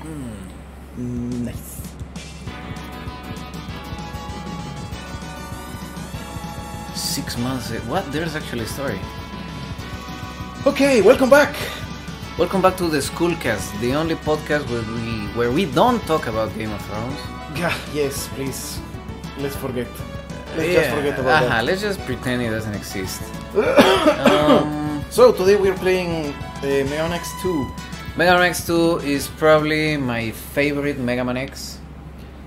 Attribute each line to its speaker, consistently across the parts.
Speaker 1: Hmm.
Speaker 2: Six months. eh, What? There's actually a story. Okay, welcome back. Welcome back to the Schoolcast, the only podcast where we where we don't talk about Game of Thrones.
Speaker 1: Yeah, yes, please. Let's forget. Let's just
Speaker 2: Yeah,
Speaker 1: forget about
Speaker 2: uh-huh,
Speaker 1: that.
Speaker 2: Let's just pretend it doesn't exist. um,
Speaker 1: So today we're playing uh, Neon X2.
Speaker 2: Mega Man X2 is probably my favorite Mega Man X.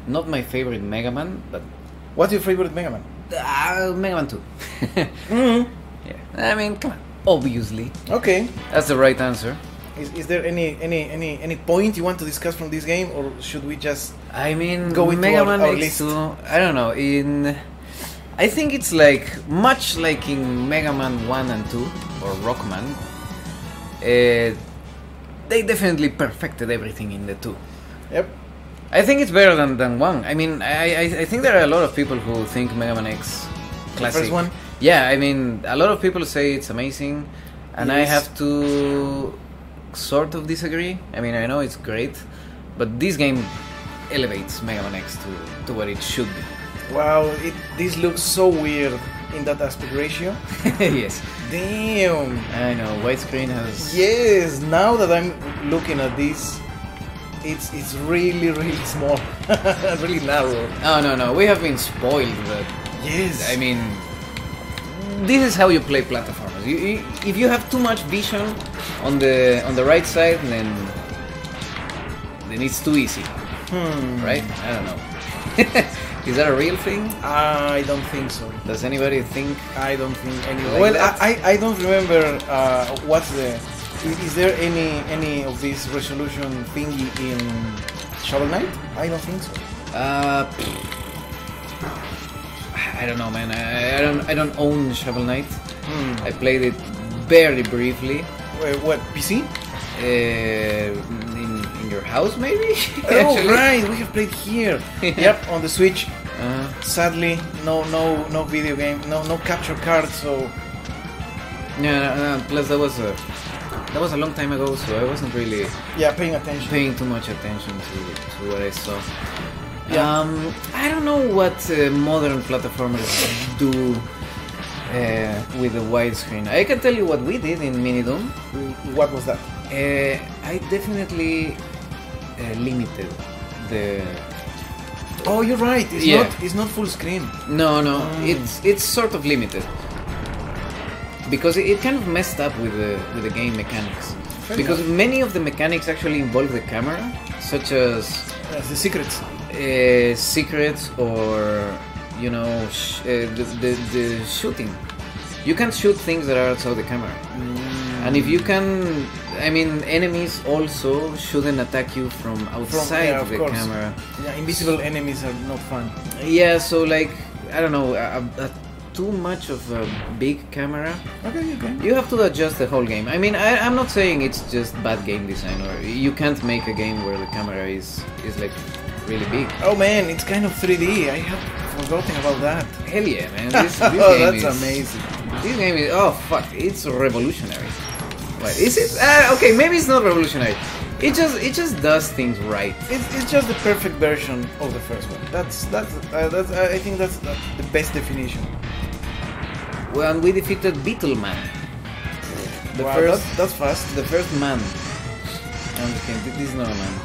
Speaker 2: Not my favorite Mega Man, but
Speaker 1: What's your favorite Mega Man?
Speaker 2: uh, Mega Man 2.
Speaker 1: Mm-hmm.
Speaker 2: yeah. I mean, come on. Obviously,
Speaker 1: Okay.
Speaker 2: that's the right answer.
Speaker 1: Is, is there any, any any any point you want to discuss from this game, or should we just?
Speaker 2: I mean,
Speaker 1: Go into
Speaker 2: Mega
Speaker 1: our-
Speaker 2: Man
Speaker 1: our
Speaker 2: X2. I don't know. In, I think it's like much like in Mega Man One and Two or Rockman. Uh, they definitely perfected everything in the two.
Speaker 1: Yep.
Speaker 2: I think it's better than, than one. I mean, I, I I think there are a lot of people who think Mega Man X classic.
Speaker 1: first one?
Speaker 2: Yeah, I mean, a lot of people say it's amazing, and I
Speaker 1: Yes.
Speaker 2: have to sort of disagree. I mean, I know it's great, but this game elevates Mega Man X to, to what it should be.
Speaker 1: Wow, it, this looks so weird in that aspect ratio.
Speaker 2: yes,
Speaker 1: Damn.
Speaker 2: I know. Widescreen has.
Speaker 1: Yes. Now that I'm looking at this, it's it's really really small, really narrow.
Speaker 2: Oh no no, we have been spoiled, but
Speaker 1: Yes.
Speaker 2: I mean, this is how you play platformers. You, you, if you have too much vision on the on the right side, then then it's too easy,
Speaker 1: Hmm.
Speaker 2: right? I don't know. is that a real thing?
Speaker 1: I don't think so.
Speaker 2: Does anybody think?
Speaker 1: I don't think any.
Speaker 2: Like
Speaker 1: well,
Speaker 2: that?
Speaker 1: I, I I don't remember uh, what's the. Is, is there any any of this resolution thingy in Shovel Knight? I don't think so.
Speaker 2: Uh, pfft. I don't know, man. I, I don't I don't own Shovel Knight.
Speaker 1: Hmm.
Speaker 2: I played it very briefly.
Speaker 1: Wait, what PC?
Speaker 2: Uh, in, in your house, maybe?
Speaker 1: Oh right, we have played here. yep, on the Switch.
Speaker 2: Uh,
Speaker 1: Sadly, no no no video game, no no capture card. So
Speaker 2: Yeah, no, no, plus that was a that was a long time ago, so I wasn't really
Speaker 1: yeah, paying attention.
Speaker 2: paying too much attention to, to what I saw.
Speaker 1: Yeah.
Speaker 2: Um, I don't know what uh, modern platformers do uh, with the widescreen. I can tell you what we did in Minidome.
Speaker 1: What was that?
Speaker 2: Uh, I definitely uh, limited the.
Speaker 1: Oh, you're right. It's
Speaker 2: Yeah.
Speaker 1: not it's not full screen.
Speaker 2: No, no,
Speaker 1: Mm.
Speaker 2: it's it's sort of limited because it, it kind of messed up with the with the game mechanics.
Speaker 1: Fair
Speaker 2: because many of the mechanics actually involve the camera, such as
Speaker 1: That's the secrets.
Speaker 2: uh, secrets or you know sh- uh, the, the the shooting. You can shoot things that are outside the camera,
Speaker 1: Mm,
Speaker 2: and if you can, I mean, enemies also shouldn't attack you from outside
Speaker 1: of
Speaker 2: the
Speaker 1: course.
Speaker 2: camera.
Speaker 1: Yeah, invisible enemies are not fun.
Speaker 2: Yeah, so like I don't know, a, a, a- too much of a big camera.
Speaker 1: Okay, okay.
Speaker 2: You have to adjust the whole game. I mean, I, I'm not saying it's just bad game design, or you can't make a game where the camera is is like really big.
Speaker 1: Oh man, it's kind of 3D. I have forgotten about that.
Speaker 2: Hell yeah, man! This, this
Speaker 1: Oh,
Speaker 2: game
Speaker 1: that's
Speaker 2: is,
Speaker 1: amazing.
Speaker 2: This game is oh fuck, it's revolutionary. What is it? Uh, okay, maybe it's not revolutionary. It just it just does things right.
Speaker 1: It's, it's just the perfect version of the first one. That's that's uh, that's I I think that's, that's the best definition.
Speaker 2: When we defeated Beetleman, the
Speaker 1: wow,
Speaker 2: first
Speaker 1: that- that's fast.
Speaker 2: the first man. I'm just kidding, This is not a man.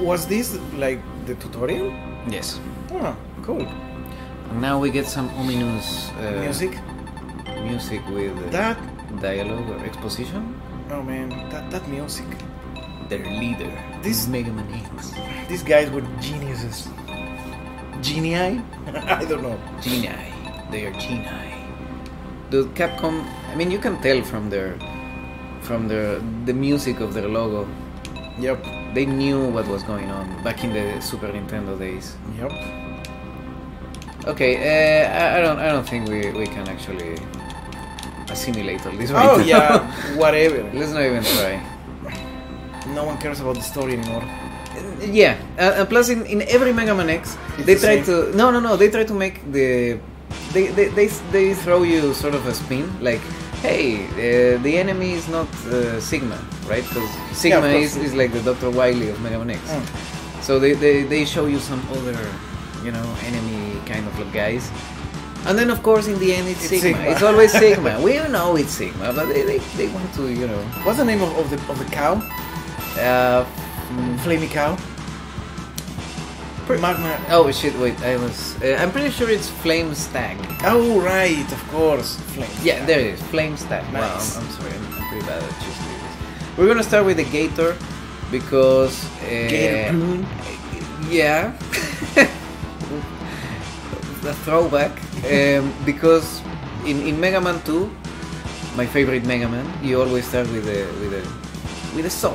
Speaker 1: Was this like the tutorial?
Speaker 2: Yes.
Speaker 1: Oh, cool.
Speaker 2: And now we get some ominous uh,
Speaker 1: Music.
Speaker 2: music with uh,
Speaker 1: That
Speaker 2: dialogue or exposition.
Speaker 1: oh man, that that music.
Speaker 2: Their leader.
Speaker 1: This-
Speaker 2: Mega Man X.
Speaker 1: These guys were geniuses. Genii? I don't know.
Speaker 2: Genii. They are genii. The Capcom. I mean, you can tell from their, from their the music of their logo.
Speaker 1: Yep.
Speaker 2: They knew what was going on back in the Super Nintendo days.
Speaker 1: Yep.
Speaker 2: Okay, uh, I, I don't, I don't think we, we can actually assimilate all this right
Speaker 1: Oh
Speaker 2: now.
Speaker 1: yeah, whatever.
Speaker 2: Let's not even try.
Speaker 1: No one cares about the story anymore.
Speaker 2: Yeah, uh, and plus in, in every Mega Man X,
Speaker 1: It's
Speaker 2: they
Speaker 1: the
Speaker 2: try
Speaker 1: same.
Speaker 2: to no no no they try to make the they they, they, they throw you sort of a spin like hey uh, the enemy is not uh, Sigma right because Sigma
Speaker 1: course.
Speaker 2: is, is like the Doctor Wily of Mega Man X
Speaker 1: Mm.
Speaker 2: so they, they, they show you some other you know, enemy kind of guys. And then, of course, in the end, it's,
Speaker 1: It's
Speaker 2: Sigma.
Speaker 1: Sigma.
Speaker 2: It's always Sigma. we know it's Sigma, but they, they, they want to, you know.
Speaker 1: What's the name of, of the of the cow?
Speaker 2: Uh,
Speaker 1: Flamey cow.
Speaker 2: Pre-
Speaker 1: Magma.
Speaker 2: oh shit! Wait, I was. Uh, I'm pretty sure it's Flame Stag.
Speaker 1: Oh right, of course. Flame.
Speaker 2: Yeah, there it is. Flame Stag. Wow,
Speaker 1: Nice.
Speaker 2: I'm, I'm sorry, I'm, I'm pretty bad at just doing this. We're gonna start with the Gator because. Uh,
Speaker 1: Gator Prune.
Speaker 2: Yeah. the throwback. Um, because in, in Mega Man 2, my favorite Mega Man, you always start with a with a with a saw.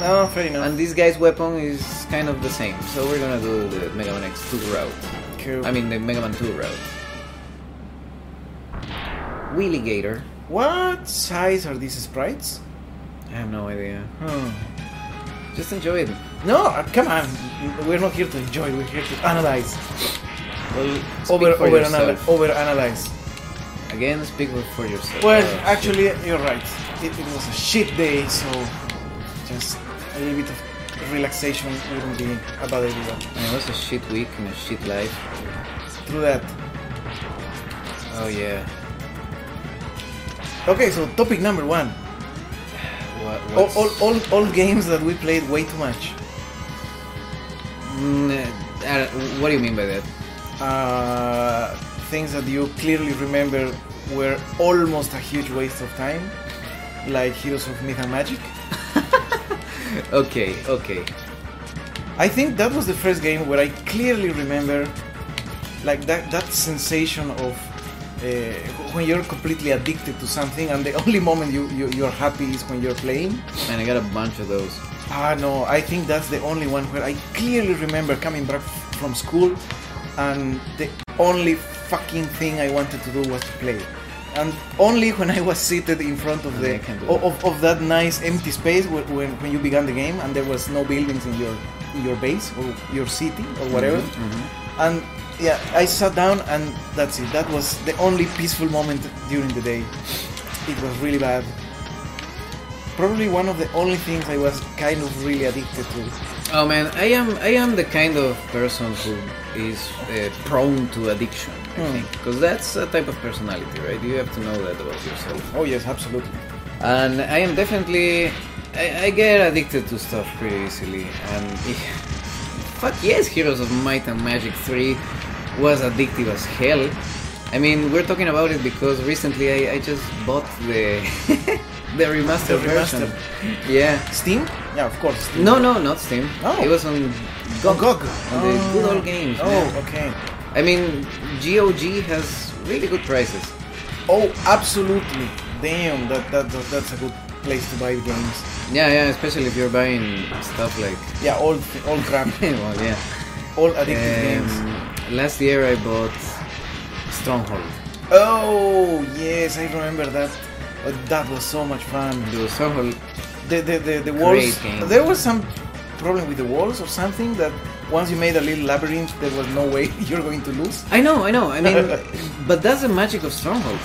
Speaker 1: No, fair enough.
Speaker 2: And this guy's weapon is kind of the same. So we're gonna do the Mega Man X2 route.
Speaker 1: Cool.
Speaker 2: I mean the Mega Man 2 route. Wheelie Gator.
Speaker 1: what size are these sprites?
Speaker 2: I have no idea.
Speaker 1: Hmm.
Speaker 2: Just enjoy it.
Speaker 1: No, uh, come on. We're not here to enjoy. We're here to analyze.
Speaker 2: Well, speak
Speaker 1: Over,
Speaker 2: for
Speaker 1: over, anal-
Speaker 2: yourself.
Speaker 1: over analyze.
Speaker 2: Again, speak for yourself.
Speaker 1: Well,
Speaker 2: Oh, shit.
Speaker 1: actually, you're right. It, it was a shit day, so just a little bit of relaxation wouldn't be a bad idea.
Speaker 2: And it was a shit week and a shit life.
Speaker 1: Through that.
Speaker 2: Oh yeah.
Speaker 1: Okay, so topic number one.
Speaker 2: What,
Speaker 1: All,
Speaker 2: what's-
Speaker 1: all, all, all games that we played way too much.
Speaker 2: Mm, uh, what do you mean by that?
Speaker 1: Uh, things that you clearly remember were almost a huge waste of time, like Heroes of Myth and Magic.
Speaker 2: Okay, okay.
Speaker 1: I think that was the first game where I clearly remember, like that that sensation of uh, when you're completely addicted to something, and the only moment you, you you're happy is when you're playing.
Speaker 2: And I got a bunch of those.
Speaker 1: Ah no, I think that's the only one where I clearly remember coming back from school, and the only fucking thing I wanted to do was to play. And only when I was seated in front of
Speaker 2: I
Speaker 1: the
Speaker 2: can do
Speaker 1: of,
Speaker 2: that.
Speaker 1: of, of that nice empty space whe- when, when you began the game and there was no buildings in your in your base or your city or whatever.
Speaker 2: Mm-hmm,
Speaker 1: And yeah, I sat down and that's it. That was the only peaceful moment during the day. It was really bad. Probably one of the only things I was kind of really addicted to.
Speaker 2: Oh man, I am I am the kind of person who is uh, prone to addiction. I
Speaker 1: Hmm.
Speaker 2: think because that's a type of personality, right? You have to know that about yourself.
Speaker 1: Oh yes, absolutely.
Speaker 2: And I am definitely I, I get addicted to stuff pretty easily. And fuck yes, Heroes of Might and Magic Three was addictive as hell. I mean, we're talking about it because recently I, I just bought the the remastered
Speaker 1: The remaster.
Speaker 2: version. Yeah.
Speaker 1: Steam? Yeah, of course. Steam.
Speaker 2: No, no, not Steam.
Speaker 1: Oh.
Speaker 2: It was on
Speaker 1: Oh,
Speaker 2: GOG.
Speaker 1: GOG.
Speaker 2: On the good old games.
Speaker 1: Oh,
Speaker 2: man.
Speaker 1: okay.
Speaker 2: I mean, GOG has really good prices.
Speaker 1: Oh, absolutely. Damn, that, that, that that's a good place to buy games.
Speaker 2: Yeah, yeah, especially if you're buying stuff like.
Speaker 1: Yeah, old old crap,
Speaker 2: well, yeah.
Speaker 1: old addictive games.
Speaker 2: Um, last year I bought Stronghold.
Speaker 1: Oh yes, I remember that. Uh, that was so much fun.
Speaker 2: It was Stronghold.
Speaker 1: The the the, the walls.
Speaker 2: Great game.
Speaker 1: There was some problem with the walls or something that once you made a little labyrinth, there was no way you're going to lose.
Speaker 2: I know, I know. I mean, but that's the magic of Stronghold.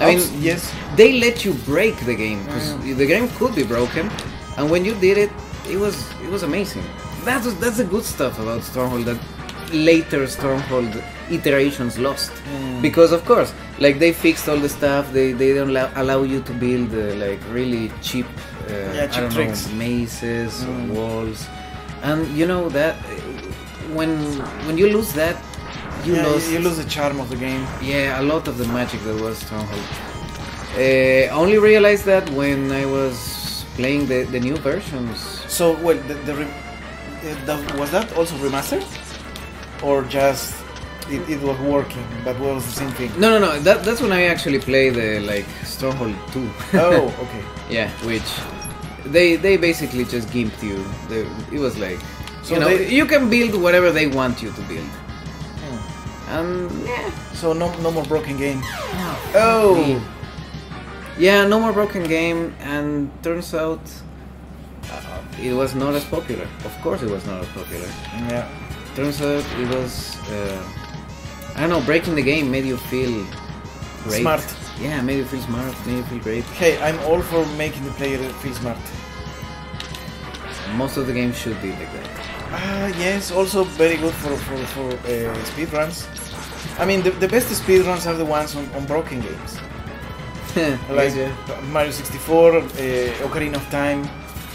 Speaker 2: I mean,
Speaker 1: Abs- yes.
Speaker 2: They let you break the game because the game could be broken, and when you did it, it was it was amazing. That's that's the good stuff about Stronghold that later Stronghold iterations lost because of course, like they fixed all the stuff. They they don't allow, allow you to build uh, like really cheap, uh,
Speaker 1: Yeah, cheap
Speaker 2: I don't
Speaker 1: tricks.
Speaker 2: know, mazes
Speaker 1: Mm.
Speaker 2: or walls, and you know that uh, when when you lose that. You
Speaker 1: yeah,
Speaker 2: lose
Speaker 1: you lose the charm of the game.
Speaker 2: yeah, a lot of the magic that was Stronghold. Uh, only realized that when I was playing the, the new versions.
Speaker 1: So well, the, the, re- uh, that, was that also remastered, or just it, it was working, but was the same thing?
Speaker 2: No, no, no. That, that's when I actually play the like Stronghold 2.
Speaker 1: oh, okay.
Speaker 2: yeah, which they they basically just gimped you. They, it was like
Speaker 1: So
Speaker 2: you know
Speaker 1: they-
Speaker 2: you can build whatever they want you to build.
Speaker 1: Hmm.
Speaker 2: Um, yeah.
Speaker 1: So no, no more broken game.
Speaker 2: Ah,
Speaker 1: Oh,
Speaker 2: Yeah, no more broken game, and turns out uh, it was not as popular. Of course, it was not as popular.
Speaker 1: yeah.
Speaker 2: Turns out it was, uh, I don't know, breaking the game made you feel great.
Speaker 1: Smart.
Speaker 2: Yeah, made you feel smart, made you feel great.
Speaker 1: Hey, I'm all for making the player feel smart.
Speaker 2: Most of the games should be like that.
Speaker 1: Ah, yes, also very good for, for, for uh, speedruns. I mean, the, the best speedruns are the ones on, on broken games. Like
Speaker 2: Yes, yeah.
Speaker 1: Mario 64, uh, Ocarina of Time.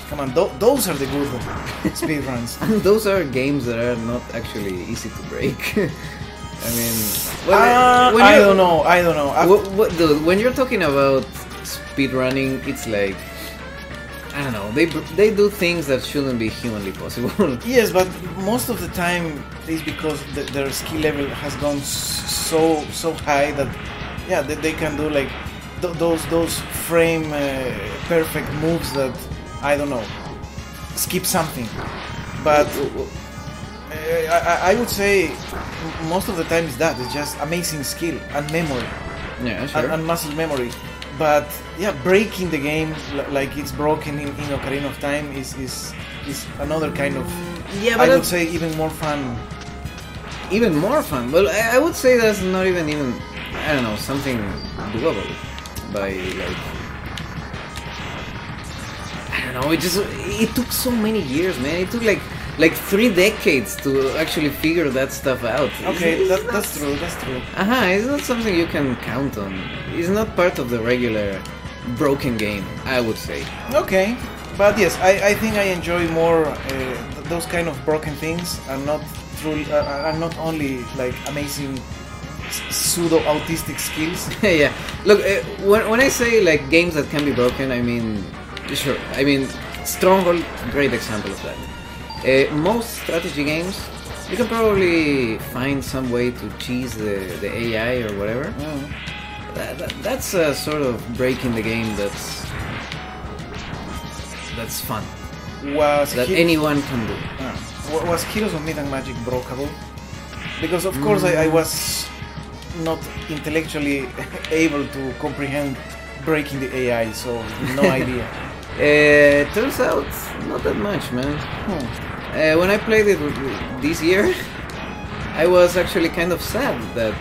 Speaker 1: Come on, tho- those are the good speedruns.
Speaker 2: And those are games that are not actually easy to break. I mean,
Speaker 1: Ah,
Speaker 2: when
Speaker 1: I
Speaker 2: you're-
Speaker 1: don't know, I don't know. I've-
Speaker 2: What, what, dude, when you're talking about speedrunning, it's like I don't know. They they do things that shouldn't be humanly possible.
Speaker 1: Yes, but most of the time it's because the, their skill level has gone s- so so high that yeah they, they can do like th- those those frame uh, perfect moves that I don't know skip something. But uh, I, I- I would say m- most of the time it's that it's just amazing skill and memory
Speaker 2: yeah, sure.
Speaker 1: and, and muscle memory. But yeah, breaking the game li- like it's broken in, in Ocarina of Time is is is another kind of
Speaker 2: yeah,
Speaker 1: I
Speaker 2: but
Speaker 1: would
Speaker 2: that's
Speaker 1: say even more fun.
Speaker 2: even more fun. Well, I, I would say that's not even even I don't know something doable by like I don't know. It just it took so many years, man. It took like like three decades to actually figure that stuff out.
Speaker 1: Okay,
Speaker 2: It's-
Speaker 1: that, that's true. That's true.
Speaker 2: Aha, it's not something you can count on. It's not part of the regular broken game, I would say.
Speaker 1: Okay, but yes, I, I think I enjoy more uh, th- those kind of broken things and not truly uh, are not only like amazing pseudo autistic skills.
Speaker 2: yeah. Look, uh, when, when I say like games that can be broken, I mean, sure. I mean, Stronghold, great example of that. Uh, most strategy games, you can probably find some way to cheese the, the AI or whatever.
Speaker 1: Mm.
Speaker 2: That, that, that's a sort of breaking the game that's that's fun
Speaker 1: Was
Speaker 2: that
Speaker 1: Hero-
Speaker 2: anyone can do.
Speaker 1: uh, wa- was Heroes of Myth and Magic brokeable? Because of course I, I was not intellectually able to comprehend breaking the AI, so no idea.
Speaker 2: Uh, turns out, not that much, man.
Speaker 1: Hmm.
Speaker 2: Uh, when I played it this year, I was actually kind of sad that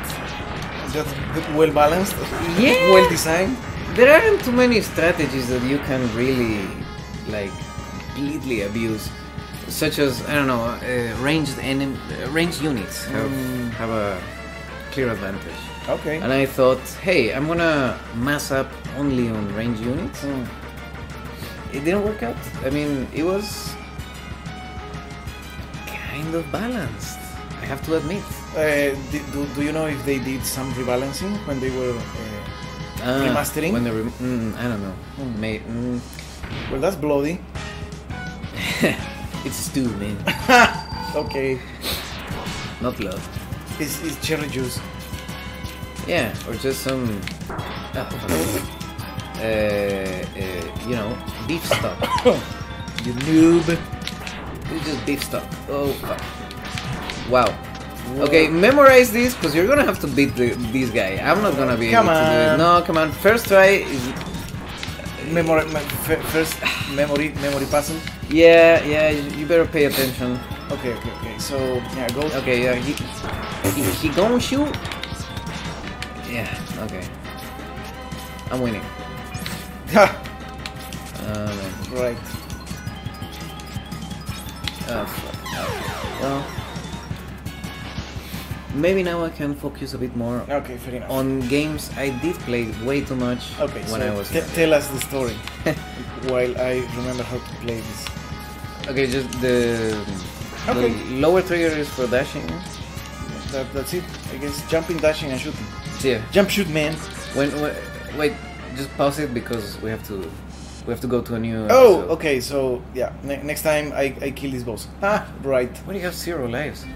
Speaker 1: That's good- well balanced,
Speaker 2: Yeah.
Speaker 1: well designed.
Speaker 2: there aren't too many strategies that you can really, like, completely abuse. Such as I don't know, uh, ranged enem- uh, ranged units have,
Speaker 1: Mm.
Speaker 2: have a clear advantage.
Speaker 1: Okay.
Speaker 2: And I thought, hey, I'm gonna mass up only on range units.
Speaker 1: Mm.
Speaker 2: It didn't work out. I mean, it was kind of balanced. I have to admit.
Speaker 1: Uh, di- do, do you know if they did some rebalancing when they were? Uh,
Speaker 2: Ah,
Speaker 1: Remastering?
Speaker 2: When the rem- mm, I don't know. May- mm.
Speaker 1: well, that's bloody.
Speaker 2: it's stew, man.
Speaker 1: Okay.
Speaker 2: Not love.
Speaker 1: It's, it's cherry juice.
Speaker 2: Yeah, or just some. Uh, uh, uh, you know, beef stock.
Speaker 1: You noob.
Speaker 2: It's just beef stock. Oh, fuck. Wow. Okay, memorize this because you're gonna have to beat the, this guy. I'm not gonna be
Speaker 1: Come
Speaker 2: able to do it.
Speaker 1: on.
Speaker 2: No, come on. First try is
Speaker 1: Memory, me, f- first memory memory puzzle.
Speaker 2: Yeah, yeah, you you better pay attention.
Speaker 1: Okay, okay, okay. So yeah, go.
Speaker 2: Okay, yeah, he, he, he gonna shoot? Yeah, okay. I'm winning.
Speaker 1: Ha!
Speaker 2: Uh, man.
Speaker 1: right.
Speaker 2: Oh, fuck. Well, maybe now I can focus a bit more
Speaker 1: Okay, fair enough.
Speaker 2: on games I did play way too much
Speaker 1: okay,
Speaker 2: when
Speaker 1: so
Speaker 2: I was
Speaker 1: te-
Speaker 2: younger.
Speaker 1: tell us the story while I remember how to play this.
Speaker 2: Okay, just the,
Speaker 1: Okay.
Speaker 2: the lower trigger is for dashing.
Speaker 1: That, that's it, I guess. Jumping, dashing, and shooting.
Speaker 2: Yeah.
Speaker 1: Jump, shoot, man.
Speaker 2: When, when wait, just pause it because we have to we have to go to a new.
Speaker 1: Oh,
Speaker 2: episode.
Speaker 1: okay, so yeah, ne- next time I, I kill this boss. Ah, right.
Speaker 2: Why do you have zero lives?